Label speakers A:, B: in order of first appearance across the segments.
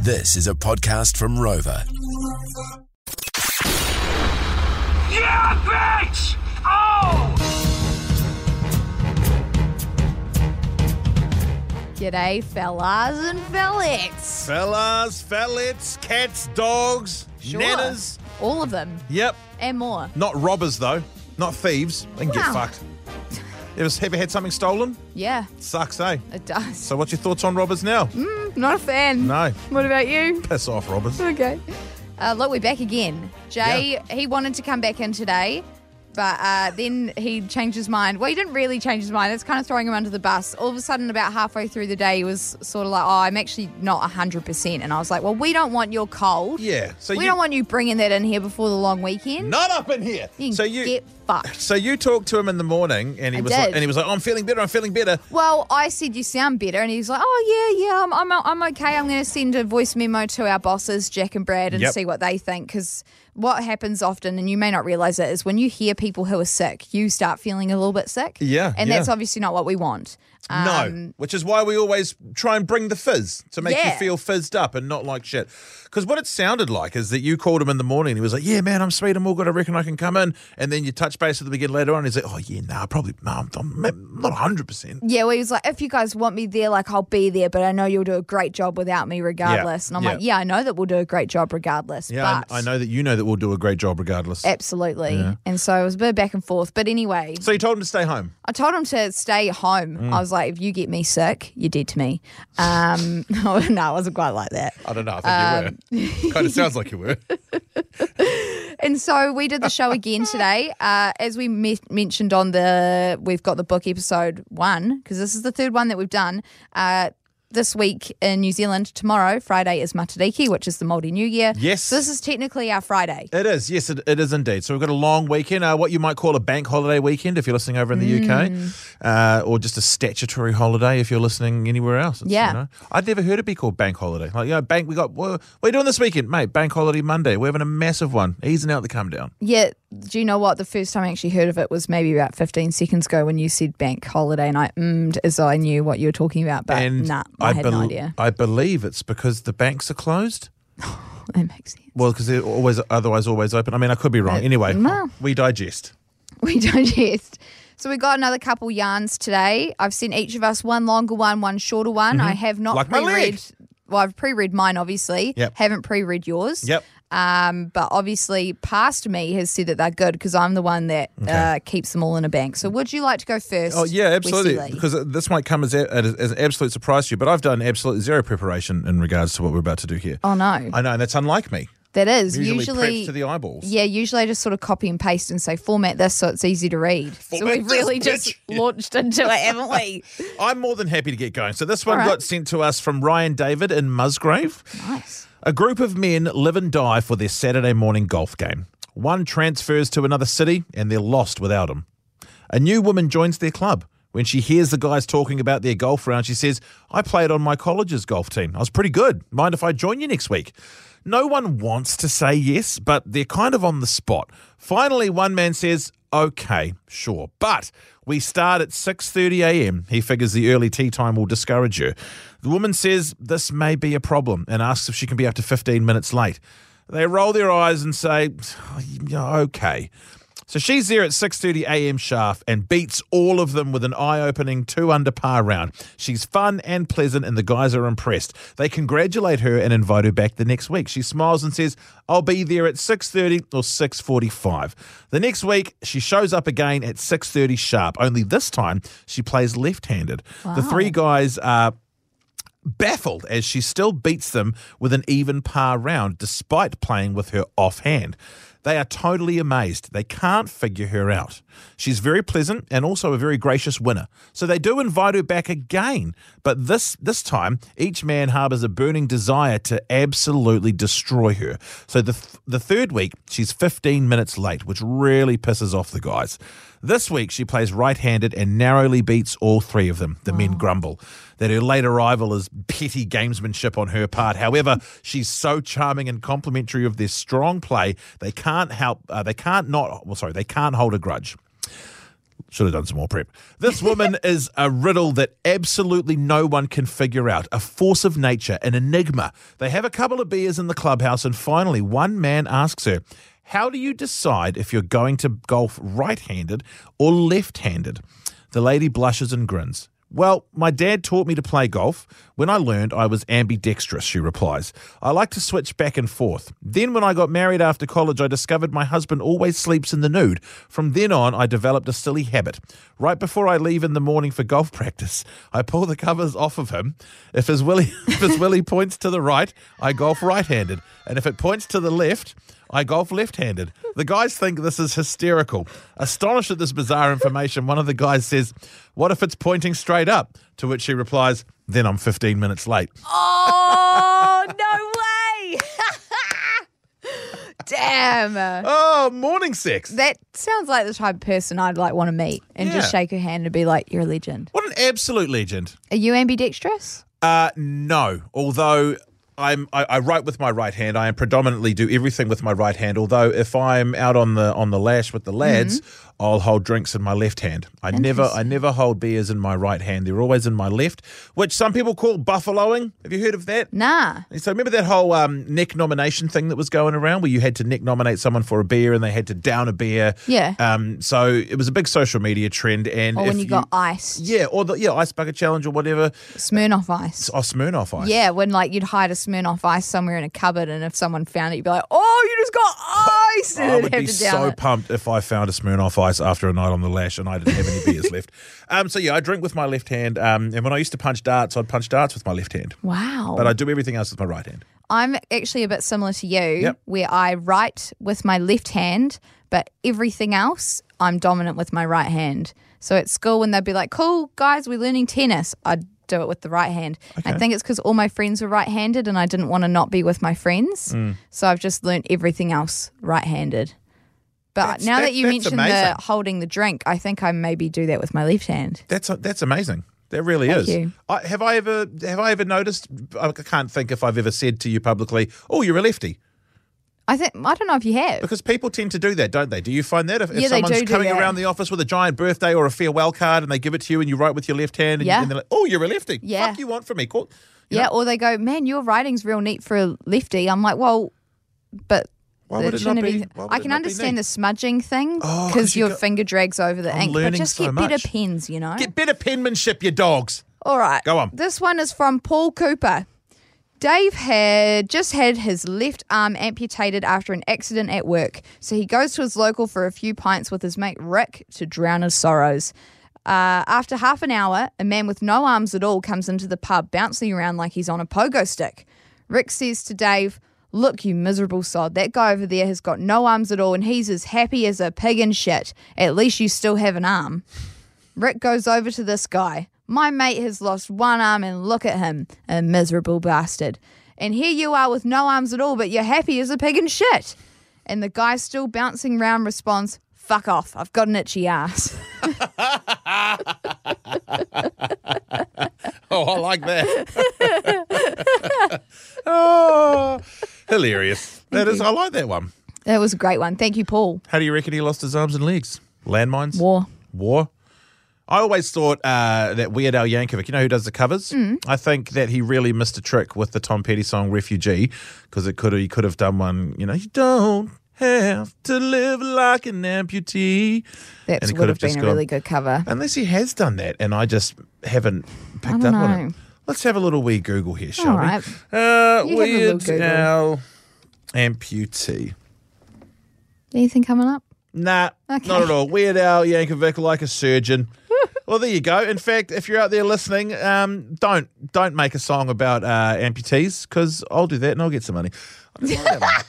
A: This is a podcast from Rover.
B: Yeah, bitch! Oh!
C: G'day, fellas and fellettes.
D: Fellas, fellets, cats, dogs, nanas.
C: All of them
D: Yep.
C: and more.
D: Not robbers, though. Not thieves. They can get
C: Wow.
D: fucked. Ever, ever had something stolen?
C: Yeah,
D: Sucks, eh?
C: it does.
D: So, what's your thoughts on robbers now?
C: Mm. Not a fan.
D: No.
C: What about you?
D: Piss off, robbers.
C: Okay. Uh, look, we're back again. Jay, he wanted to come back in today, but uh, then he changed his mind. Well, he didn't really change his mind. It's kind of throwing him under the bus. All of a sudden, about halfway through the day, he was sort of like, oh, I'm actually not 100%. And I was like, well, we don't want your cold.
D: Yeah. So
C: we
D: you
C: don't want you bringing that in here before the long weekend.
D: not up in here.
C: You can
D: So you
C: get fucked.
D: so you talked to him in the morning, and he
C: I
D: was like,
C: did.
D: and he was like, "Oh, I'm feeling better. I'm feeling better.
C: Well, I said you sound better, and he's like, "Oh yeah, yeah, I'm I'm, I'm okay. I'm going to send a voice memo to our bosses, Jack and Brad, and
D: Yep.
C: see what they think." Because what happens often, and you may not realize it, is when you hear people who are sick, you start feeling a little bit sick.
D: Yeah,
C: and that's
D: yeah.
C: obviously not what we want.
D: no, which is why we always try and bring the fizz to make you
C: Um, Yeah.
D: feel fizzed up and not like shit. Because what it sounded like is that you called him in the morning. And he was like, "Yeah, man, I'm sweet. I'm all good. I reckon I can come in." And then you touch base at the beginning later on. He's like, "Oh yeah, nah, probably. Nah, I'm, I'm ma- not 100." percent
C: Yeah, well, he was like, if you guys want me there, like, I'll be there, but I know you'll do a great job without me regardless. And I'm
D: yeah.
C: like, yeah, I know that we'll do a great job regardless.
D: Yeah,
C: but Eh.
D: I, I know that you know that we'll do a great job regardless.
C: Absolutely. And so it was a bit of back and forth. But anyway,
D: so you told him to stay home.
C: I told him to stay home.
D: Mm.
C: I was like, if you get me sick, you're dead to me. Um, no, it wasn't quite like that.
D: I don't know. I think
C: Um,
D: you were. kind of sounds like you were.
C: And so we did the show again today. Uh, as we me- mentioned on the We've Got the Book episode one, because this is the third one that we've done. Uh, this week in New Zealand, tomorrow, Friday is Matariki, which is the Māori New Year.
D: Yes.
C: So this is technically our Friday.
D: It is, yes, it, it is indeed. So we've got a long weekend, uh, what you might call a bank holiday weekend if you're listening over in
C: Mm.
D: the UK, uh, or just a statutory holiday if you're listening anywhere else. It's,
C: Yeah.
D: you know, I'd never heard it be called bank holiday. Like, you know, bank, we got, what, what are you doing this weekend? Mate, bank holiday Monday. We're having a massive one, easing out the come down.
C: Yeah, do you know what? The first time I actually heard of it was maybe about 15 seconds ago when you said bank holiday, and I ummed as though I knew what you were talking about, but
D: And
C: nah, I, had
D: bel-
C: no idea.
D: I believe it's because the banks are closed.
C: That makes sense.
D: Well, because they're always, otherwise, always open. I mean, I could be wrong.
C: Uh,
D: Anyway,
C: no.
D: we digest.
C: We digest. So we got another couple yarns today. I've sent each of us one longer one, one shorter one. I have not
D: Mm-hmm. Like my leg.
C: pre-read. Well, I've pre-read mine, obviously.
D: Yep.
C: Haven't pre-read yours.
D: Yep.
C: Um, but obviously, past me has said that they're good because I'm the one that uh, keeps them all in a bank. So would you like to go first?
D: Oh yeah, absolutely.
C: Wesley?
D: Because this might come as, a, as an absolute surprise to you, but I've done absolutely zero preparation in regards to what we're about to do here.
C: oh no,
D: I know, and that's unlike me.
C: that is
D: Usually,
C: usually.
D: prepped to the eyeballs.
C: yeah, usually I just sort of copy and paste and say format this so it's easy to read. so
D: Format
C: we've really
D: this,
C: just
D: bitch.
C: launched into it, haven't we?
D: I'm more than happy to get going. So this one
C: All right.
D: got sent to us from Ryan David in Musgrave.
C: nice.
D: A group of men live and die for their Saturday morning golf game. One transfers to another city and they're lost without him. A new woman joins their club. When she hears the guys talking about their golf round, she says, I played on my college's golf team. I was pretty good. Mind if I join you next week? No one wants to say yes, but they're kind of on the spot. Finally, one man says, Okay, sure, but we start at 6:30 a.m. He figures the early tea time will discourage her. The woman says this may be a problem and asks if she can be up to 15 minutes late. They roll their eyes and say, "Yeah, "Okay." So she's there at 6:30 a.m. sharp and beats all of them with an eye-opening two under par round. She's fun and pleasant and the guys are impressed. They congratulate her and invite her back the next week. She smiles and says, "I'll be there at 6:30 or 6:45." The next week, she shows up again at 6:30 sharp. Only this time, she plays left-handed. The three guys are baffled as she still beats them with an even par round despite playing with her offhand. They are totally amazed. They can't figure her out. She's very pleasant and also a very gracious winner. So they do invite her back again, but this this time each man harbors a burning desire to absolutely destroy her. So the th- the third week she's 15 minutes late, which really pisses off the guys. This week, she plays right handed and narrowly beats all three of them. The men grumble that her late arrival is petty gamesmanship on her part. However, she's so charming and complimentary of their strong play, they can't help, uh, they can't not, well, sorry, they can't hold a grudge. Should have done some more prep. This woman is a riddle that absolutely no one can figure out. A force of nature, an enigma. They have a couple of beers in the clubhouse, and finally, one man asks her, How do you decide if you're going to golf right handed or left handed? The lady blushes and grins. Well, my dad taught me to play golf. When I learned, I was ambidextrous, she replies. I like to switch back and forth. Then, when I got married after college, I discovered my husband always sleeps in the nude. From then on, I developed a silly habit. Right before I leave in the morning for golf practice, I pull the covers off of him. If his willy, if his willy points to the right, I golf right handed. And if it points to the left, I golf left handed. The guys think this is hysterical. Astonished at this bizarre information, one of the guys says, What if it's pointing straight up? To which she replies, Then I'm 15 minutes late.
C: Oh, no way. Damn.
D: Oh, morning sex.
C: That sounds like the type of person I'd like want to meet and just
D: Yeah.
C: shake her hand and be like, "You're a legend."
D: What an absolute legend.
C: Are you ambidextrous?
D: Uh, no, although. I'm, I, I write with my right hand. I am predominantly do everything with my right hand. Although if I'm out on the on the lash with the lads, I'll hold drinks in my left hand. I never I never hold beers in my right hand. They're always in my left, which some people call buffaloing. Have you heard of that?
C: Nah.
D: So remember that whole um, neck nomination thing that was going around, where you had to neck nominate someone for a beer and they had to down a beer.
C: Yeah.
D: Um. So it was a big social media trend, and
C: Or when
D: if
C: you, got iced,
D: yeah, or the yeah ice bucket challenge or whatever,
C: Smirnoff ice.
D: oh Smirnoff ice.
C: Yeah, when like you'd hide a Smirnoff ice somewhere in a cupboard, and if someone found it, you'd be like, "Oh, you just got ice!" And
D: I
C: they'd
D: would
C: have
D: be
C: to down
D: so
C: it.
D: pumped if I found a Smirnoff Ice after a night on the lash and I didn't have any beers left. Um, so yeah, I drink with my left hand. Um, and when I used to punch darts, I'd punch darts with my left hand,
C: Wow.
D: but I do everything else with my right hand.
C: I'm actually a bit similar to you,
D: Yep.
C: where I write with my left hand, but everything else, I'm dominant with my right hand. So at school, when they'd be like, cool, guys, we're learning tennis, I'd do it with the right hand. I think it's because all my friends were right handed and I didn't want to not be with my friends.
D: Mm.
C: So I've just learnt everything else right handed. But
D: That's-
C: now that,
D: that-
C: you
D: that's
C: mentioned
D: amazing.
C: the holding the drink, I think I maybe do that with my left hand.
D: That's that's amazing. That really
C: Thank
D: is.
C: you.
D: I, have I ever have I ever noticed? I can't think if I've ever said to you publicly, "Oh, you're a lefty,"
C: I think I don't know if you have.
D: because people tend to do that, don't they? Do you find that if, if
C: Yeah, they
D: someone's
C: do do
D: coming
C: that.
D: around the office with a giant birthday or a farewell card and they give it to you and you write with your left hand and, you-
C: Yeah.
D: and they're like, "Oh, you're a lefty."
C: Yeah.
D: Fuck you want from me? Cool. You
C: Yeah,
D: know,
C: or they go, man, your writing's real neat for a lefty. I'm like, well, but
D: Why
C: that
D: would it not
C: shouldn't
D: be-
C: be-
D: why would
C: I
D: it
C: can
D: not be
C: understand
D: neat?
C: the smudging thing
D: Oh,
C: because
D: 'cause you
C: your
D: got-
C: finger drags over the
D: I'm
C: ink. But
D: learning
C: just
D: so
C: get better
D: much.
C: pens, you know.
D: Get better penmanship, you dogs.
C: All right,
D: Go on.
C: This one is from Paul Cooper. Dave had just had his left arm amputated after an accident at work, so he goes to his local for a few pints with his mate Rick to drown his sorrows. Uh, after half an hour, a man with no arms at all comes into the pub, bouncing around like he's on a pogo stick. Rick says to Dave, Look, you miserable sod, that guy over there has got no arms at all, and he's as happy as a pig in shit. At least you still have an arm. Rick goes over to this guy. My mate has lost one arm, and look at him, a miserable bastard. And here you are with no arms at all, but you're happy as a pig in shit. And the guy still bouncing round responds, Fuck off, I've got an itchy ass.
D: Oh, I like that. oh, hilarious. That is, I like that one.
C: that was a great one. Thank you, Paul.
D: How do you reckon he lost his arms and legs? Landmines?
C: War.
D: War? I always thought uh, that Weird Al Yankovic, you know who does the covers?
C: Mm.
D: I think that he really missed a trick with the Tom Petty song "Refugee" because it could he could have done one. You know, you don't have to live like an amputee.
C: That
D: And it
C: would
D: could
C: have
D: have
C: been
D: just
C: a
D: gone-
C: really good cover.
D: Unless he has done that, and I just haven't picked up
C: don't
D: on
C: know.
D: it. Let's have a little wee Google here, shall
C: All
D: we?
C: right.
D: Uh,
C: You have a little
D: weird
C: Google.
D: Al amputee.
C: Anything coming up?
D: Nah,
C: Okay.
D: not at all. Weird Al Yankovic like a surgeon. well, there you go. In fact, if you're out there listening, um, don't don't make a song about uh, amputees because I'll do that and I'll get some money. I don't like that one.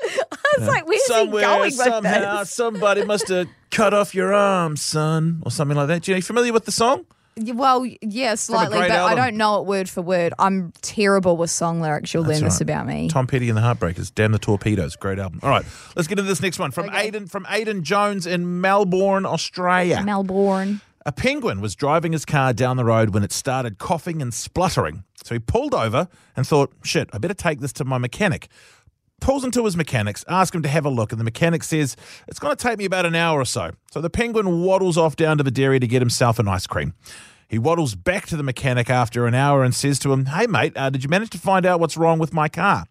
C: It's like, where's he going
D: Somewhere,
C: with
D: somehow,
C: this?
D: somebody must have cut off your arm, son, or something like that. Do you, are you familiar with the song?
C: Y- Well, yeah, slightly,
D: great
C: but I
D: album.
C: don't know it word for word. I'm terrible with song lyrics. You'll learn
D: all
C: this
D: right.
C: about me.
D: Tom Petty and the Heartbreakers, Damn the Torpedoes, great album. All right, let's get into this next one from
C: Okay.
D: Aiden from Aiden Jones in Melbourne, Australia.
C: Melbourne.
D: A penguin was driving his car down the road when it started coughing and spluttering. So he pulled over and thought, shit, I better take this to my mechanic. pulls into his mechanics, asks him to have a look, and the mechanic says, It's going to take me about an hour or so. So the penguin waddles off down to the dairy to get himself an ice cream. He waddles back to the mechanic after an hour and says to him, Hey, mate, uh, did you manage to find out what's wrong with my car?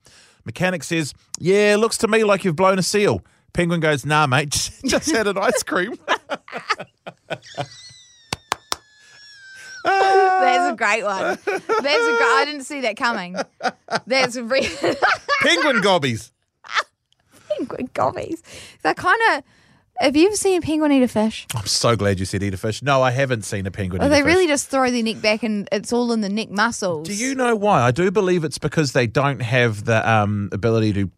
D: Mechanic says, Yeah, looks to me like you've blown a seal. Penguin goes, Nah, mate, just had an ice cream.
C: That's a great one. That's a great. I didn't see that coming. That's a re-
D: penguin gobbies.
C: penguin gobbies. They're kind of. Have you ever seen a penguin eat a fish?
D: I'm so glad you said eat a fish. No, I haven't seen a penguin
C: Well,
D: eat a
C: Oh, they
D: fish.
C: really just throw their neck back and it's all in the neck muscles.
D: Do you know why? I do believe it's because they don't have the um, ability to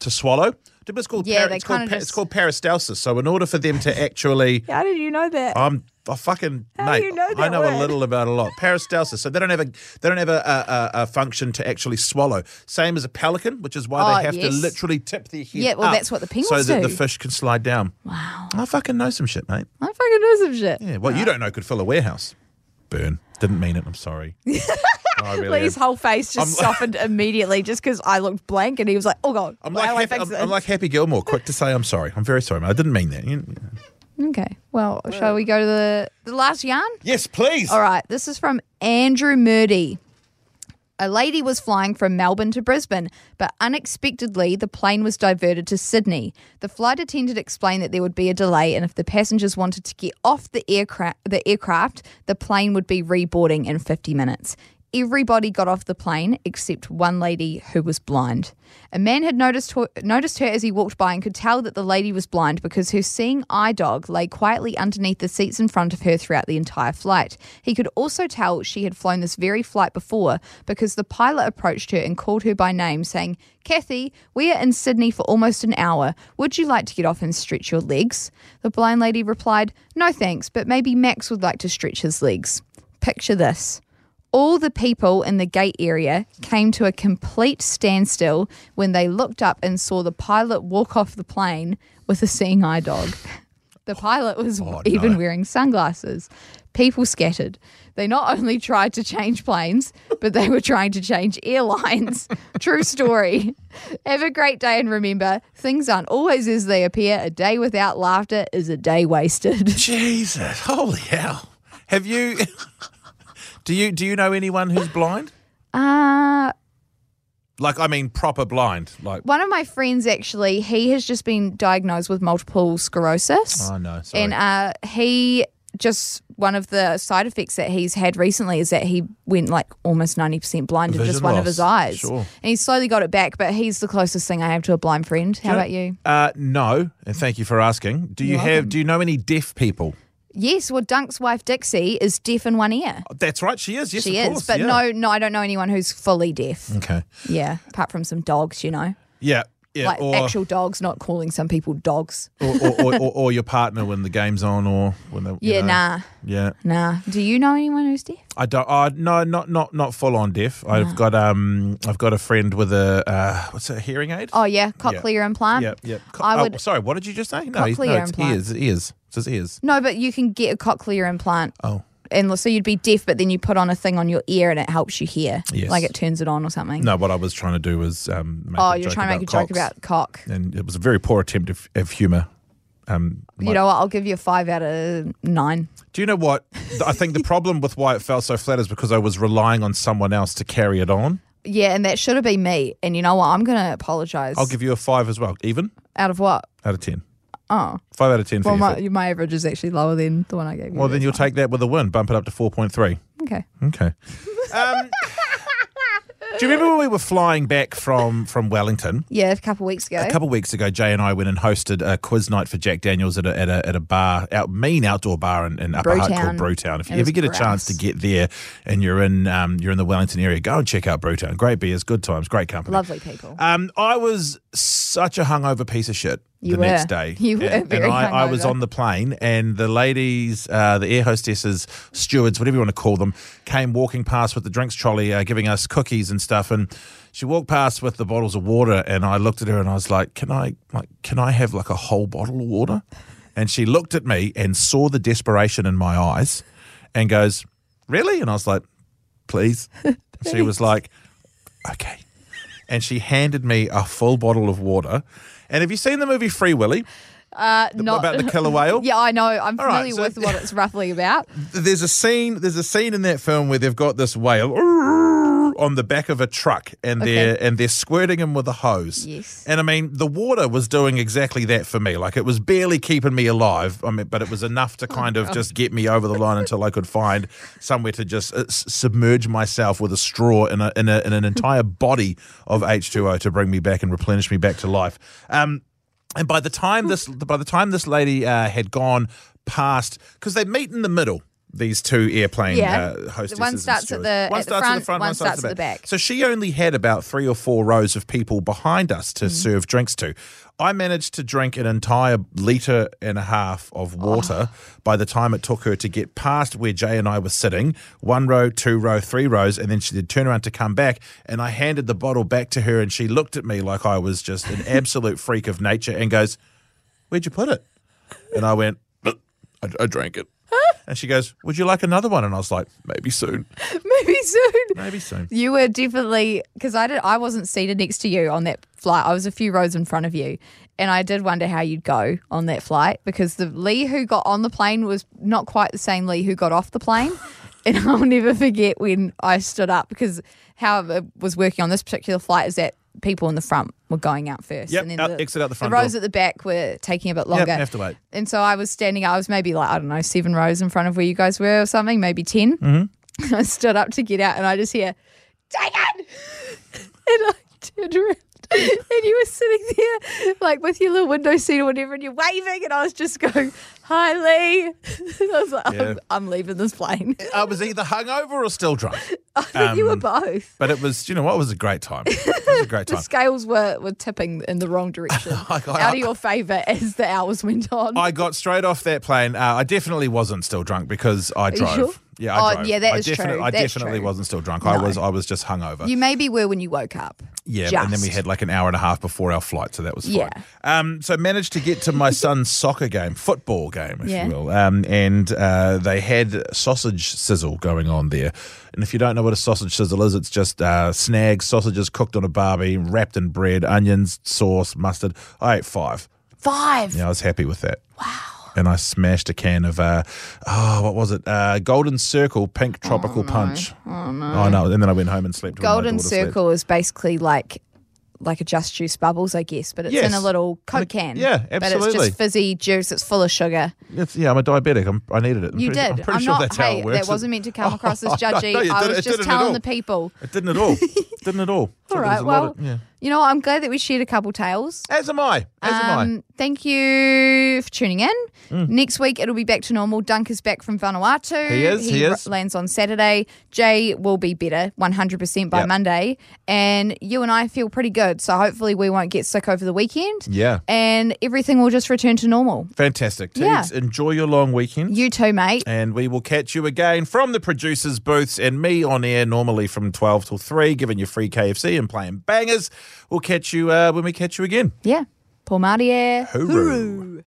D: to swallow. It's called,
C: Yeah,
D: para-
C: they
D: it's, called
C: kinda
D: pa-
C: just-
D: it's called peristalsis. So in order for them to actually,
C: How did you know that?
D: I'm I fucking
C: How do
D: mate,
C: you know
D: I
C: that
D: know a
C: word?
D: little about a lot. Peristalsis. So they don't have a they don't have a, a, a, a function to actually swallow. Same as a pelican, which is why they
C: Oh,
D: have to
C: yes.
D: literally tip their head.
C: Yeah, well,
D: up
C: that's what the
D: so
C: penguins
D: that the
C: do.
D: fish can slide down. Wow, I fucking know some shit, mate.
C: I fucking know some shit.
D: Yeah, what you don't know could fill a warehouse. Burn. Didn't mean it. I'm sorry. I really
C: Lee's
D: am.
C: whole face just
D: I'm-
C: softened immediately just because I looked blank and he was like, oh God.
D: I'm
C: how do I
D: like,
C: fix
D: Happy, I'm,
C: this?
D: I'm like Happy Gilmore, quick to say I'm sorry. I'm very sorry, mate. I didn't mean that. You-
C: Okay. Well, shall we go to the, the last yarn?
D: Yes, please.
C: All right. This is from Andrew Murdy. A lady was flying from Melbourne to Brisbane, but unexpectedly the plane was diverted to Sydney. The flight attendant explained that there would be a delay, and if the passengers wanted to get off the aircraft, the aircraft, the plane would be reboarding in 50 minutes. Everybody got off the plane except one lady who was blind. A man had noticed her, noticed her as he walked by and could tell that the lady was blind because her seeing eye dog lay quietly underneath the seats in front of her throughout the entire flight. He could also tell she had flown this very flight before because the pilot approached her and called her by name, saying, Kathy, we are in Sydney for almost an hour. Would you like to get off and stretch your legs? The blind lady replied, No thanks, but maybe Max would like to stretch his legs. Picture this. All the people in the gate area came to a complete standstill when they looked up and saw the pilot walk off the plane with a seeing eye dog. The pilot was even wearing sunglasses. People scattered. They not only tried to change planes, but they were trying to change airlines. True story. Have a great day and remember things aren't always as they appear. A day without laughter is a day wasted.
D: Jesus, holy hell! Have you? do you do you know anyone who's blind?
C: Uh,
D: Like, I mean, proper blind. Like,
C: one of my friends actually he has just been diagnosed with multiple sclerosis
D: oh no, sorry.
C: and uh, he just one of the side effects that he's had recently is that he went like almost 90% blind in
D: Vision
C: just one
D: loss,
C: of his eyes
D: sure.
C: and he slowly got it back but he's the closest thing i have to a blind friend how about you
D: uh, no, and thank you for asking. Do you
C: You're
D: have?
C: welcome.
D: Do you know any deaf people?
C: yes well dunk's wife dixie is deaf in one ear
D: That's right. She is. Yes,
C: she
D: of
C: is
D: course,
C: but
D: yeah.
C: no no i don't know anyone who's fully deaf
D: Okay.
C: yeah apart from some dogs you know
D: Yeah. Yeah.
C: like
D: or,
C: actual dogs not calling some people dogs
D: or, or, or, or or your partner when the game's on, or when they. you
C: yeah
D: know.
C: nah
D: Yeah.
C: nah do you know anyone who's deaf
D: I don't. Uh, no, not not not full on deaf. I've got um, I've got a friend with a uh, what's it, a hearing aid?
C: Oh yeah, cochlear implant.
D: yep, yep. Co-
C: I
D: oh,
C: would
D: sorry, what did you just say? No, he's, no,
C: Cochlear
D: it's
C: implant.
D: ears, ears. It's his ears.
C: no, but you can get a cochlear implant.
D: Oh.
C: And so you'd be deaf, but then you put on a thing on your ear and it helps you hear.
D: Yes.
C: Like it turns it on or something.
D: No, what I was trying to do was um. Make
C: Oh,
D: a
C: you're
D: joke
C: trying to make a joke
D: cocks,
C: about cock.
D: and it was a very poor attempt of, of humor. Um,
C: You know what? I'll give you a five out of nine.
D: do you know what? I think the problem with why it fell so flat is because I was relying on someone else to carry it on.
C: Yeah, and that should have been me. And you know what? I'm gonna apologize.
D: I'll give you a five as well, even
C: out of what?
D: out of ten. Oh. Five out of ten for
C: Ah. Well,
D: you.
C: my, my average is actually lower than the one I gave you.
D: well, then you'll take that with a win, bump it up to four point three.
C: okay.
D: Okay. Um, do you remember when we were flying back from from Wellington?
C: Yeah, a couple weeks ago.
D: A couple of weeks ago, Jay and I went and hosted a quiz night for Jack Daniels at a, at a, at a bar, out mean outdoor bar in, in Upper Hutt called
C: Brewtown.
D: Brewtown. If you
C: It
D: ever
C: was
D: get a
C: gross.
D: chance to get there and you're in um, you're in the Wellington area, go and check out Brewtown. Great beers, good times, great company.
C: Lovely people.
D: Um, I was such a hungover piece of shit
C: You
D: the next
C: were.
D: day.
C: You were
D: and,
C: very
D: and I, I was
C: hungover.
D: on the plane, and the ladies, uh, the air hostesses, stewards, whatever you want to call them, came walking past with the drinks trolley, uh, giving us cookies and stuff. And she walked past with the bottles of water, and I looked at her and I was like, "Can I, like, can I have like a whole bottle of water?" And she looked at me and saw the desperation in my eyes, and goes, "Really?" And I was like, "Please." She was like, "Okay." and she handed me a full bottle of water. And have you seen the movie Free Willy?
C: Uh, not,
D: about the killer whale?
C: yeah, I know. I'm
D: All right,
C: familiar
D: so-
C: with what it's roughly about.
D: there's a scene there's a scene in that film where they've got this whale on the back of a truck and they're and they're squirting him with a hose.
C: Yes.
D: And I mean the water was doing exactly that for me. Like it was barely keeping me alive. I mean but it was enough
C: Oh,
D: to kind of just get me over the line until I could find somewhere to just uh, s- submerge myself with a straw in a, in, a, in an entire body of H2O to bring me back and replenish me back to life. Um and by the time this, by the time this lady uh, had gone past, because they meet in the middle. These two airplane
C: Yeah.
D: uh, hostesses.
C: The one
D: and
C: starts at
D: stewards.
C: the-
D: one
C: at the
D: starts at
C: front,
D: the front,
C: one
D: one starts at the
C: starts
D: back.
C: at the back.
D: So she only had about three or four rows of people behind us to serve drinks to. I managed to drink an entire liter and a half of water by the time it took her to get past where Jay and I were sitting, one row, two row, three rows, and then she did turn around to come back, and I handed the bottle back to her, and she looked at me like I was just an absolute freak of nature, and goes, "Where'd you put it?" And I went, "I, I drank it." And she goes, "Would you like another one?" And I was like, "Maybe soon,
C: Maybe soon.
D: maybe soon."
C: You were definitely because I did. I wasn't seated next to you on that flight. I was a few rows in front of you, and I did wonder how you'd go on that flight because the Lee who got on the plane was not quite the same Lee who got off the plane. And I'll never forget when I stood up because how it was working on this particular flight is that people in the front were going out first.
D: Yep,
C: and then
D: out- exit out the front
C: The rows
D: door.
C: at the back were taking a bit longer.
D: have to wait.
C: And so I was standing, I was maybe like, I don't know, seven rows in front of where you guys were or something, maybe 10. Mm-hmm. I stood up to get out and I just hear, Dagon! and I turned around and you were sitting there, like with your little window seat or whatever, and you're waving. And I was just going, Hi, Lee. And I was like,
D: Yeah.
C: I'm, I'm leaving this plane.
D: I was either hungover or still drunk.
C: I think
D: Um,
C: you were both.
D: But it was, you know what? It was a great time. It was a great
C: The
D: time.
C: scales were, were tipping in the wrong direction,
D: Like, I-
C: out of your favour as the hours went on.
D: I got straight off that plane. Uh, I definitely wasn't still drunk because I
C: you
D: drove.
C: sure?
D: Yeah, I
C: Oh,
D: drove.
C: yeah, that
D: I
C: is true.
D: definite- I
C: That's
D: definitely
C: true.
D: wasn't still drunk. I was. I was just hungover.
C: you maybe were when you woke up.
D: yeah,
C: Just.
D: and then we had like an hour and a half before our flight, so that was fine.
C: Yeah.
D: Um, so managed to get to my son's soccer game, football game, if
C: Yeah.
D: you will. Um, and uh, they had sausage sizzle going on there. And if you don't know what a sausage sizzle is, it's just uh, snag sausages cooked on a barbie, wrapped in bread, onions, sauce, mustard. I ate five.
C: Five.
D: Yeah, I was happy with that. Wow. And I smashed a can of, uh, oh, what was it? Uh, Golden Circle Pink Tropical Punch. Oh, no. Oh, no. And then I went home and slept. when my
C: Golden
D: daughter slept.
C: Circle is basically like like a Just Juice Bubbles, I guess, but it's in
D: Yes.
C: a little Coke can.
D: yeah,
C: But it's
D: absolutely.
C: just fizzy juice. It's full of sugar.
D: It's, yeah, I'm a diabetic. I'm, I needed it. I'm
C: You
D: pretty,
C: did.
D: I'm pretty sure
C: not.
D: that's
C: hey,
D: how it works. Oh,
C: that wasn't meant to come across as
D: No, no,
C: judgy.
D: you
C: I
D: didn't-
C: was
D: it
C: just
D: didn't at
C: telling
D: all.
C: the people.
D: It didn't at all. didn't at all. So
C: All
D: there was
C: right.
D: a lot
C: Well,
D: of- yeah.
C: you know, I'm glad that we shared a couple tales.
D: As am I. As am I. Mm.
C: Um, thank you for tuning in. Next week it'll be back to normal. Dunk is back from Vanuatu.
D: He is, he
C: r-
D: is.
C: lands on Saturday. Jay will be better, one hundred percent by
D: Yep.
C: Monday. And you and I feel pretty good, so hopefully we won't get sick over the weekend.
D: Yeah.
C: and everything will just return to normal.
D: Fantastic.
C: Yeah.
D: Teagues, enjoy your long weekend.
C: You too, mate.
D: And we will catch you again from the producers' booths and me on air normally from 12 till 3, giving you free KFC and playing bangers. We'll catch you uh, when we catch you again.
C: Yeah, Paul Martier.
D: Hooroo.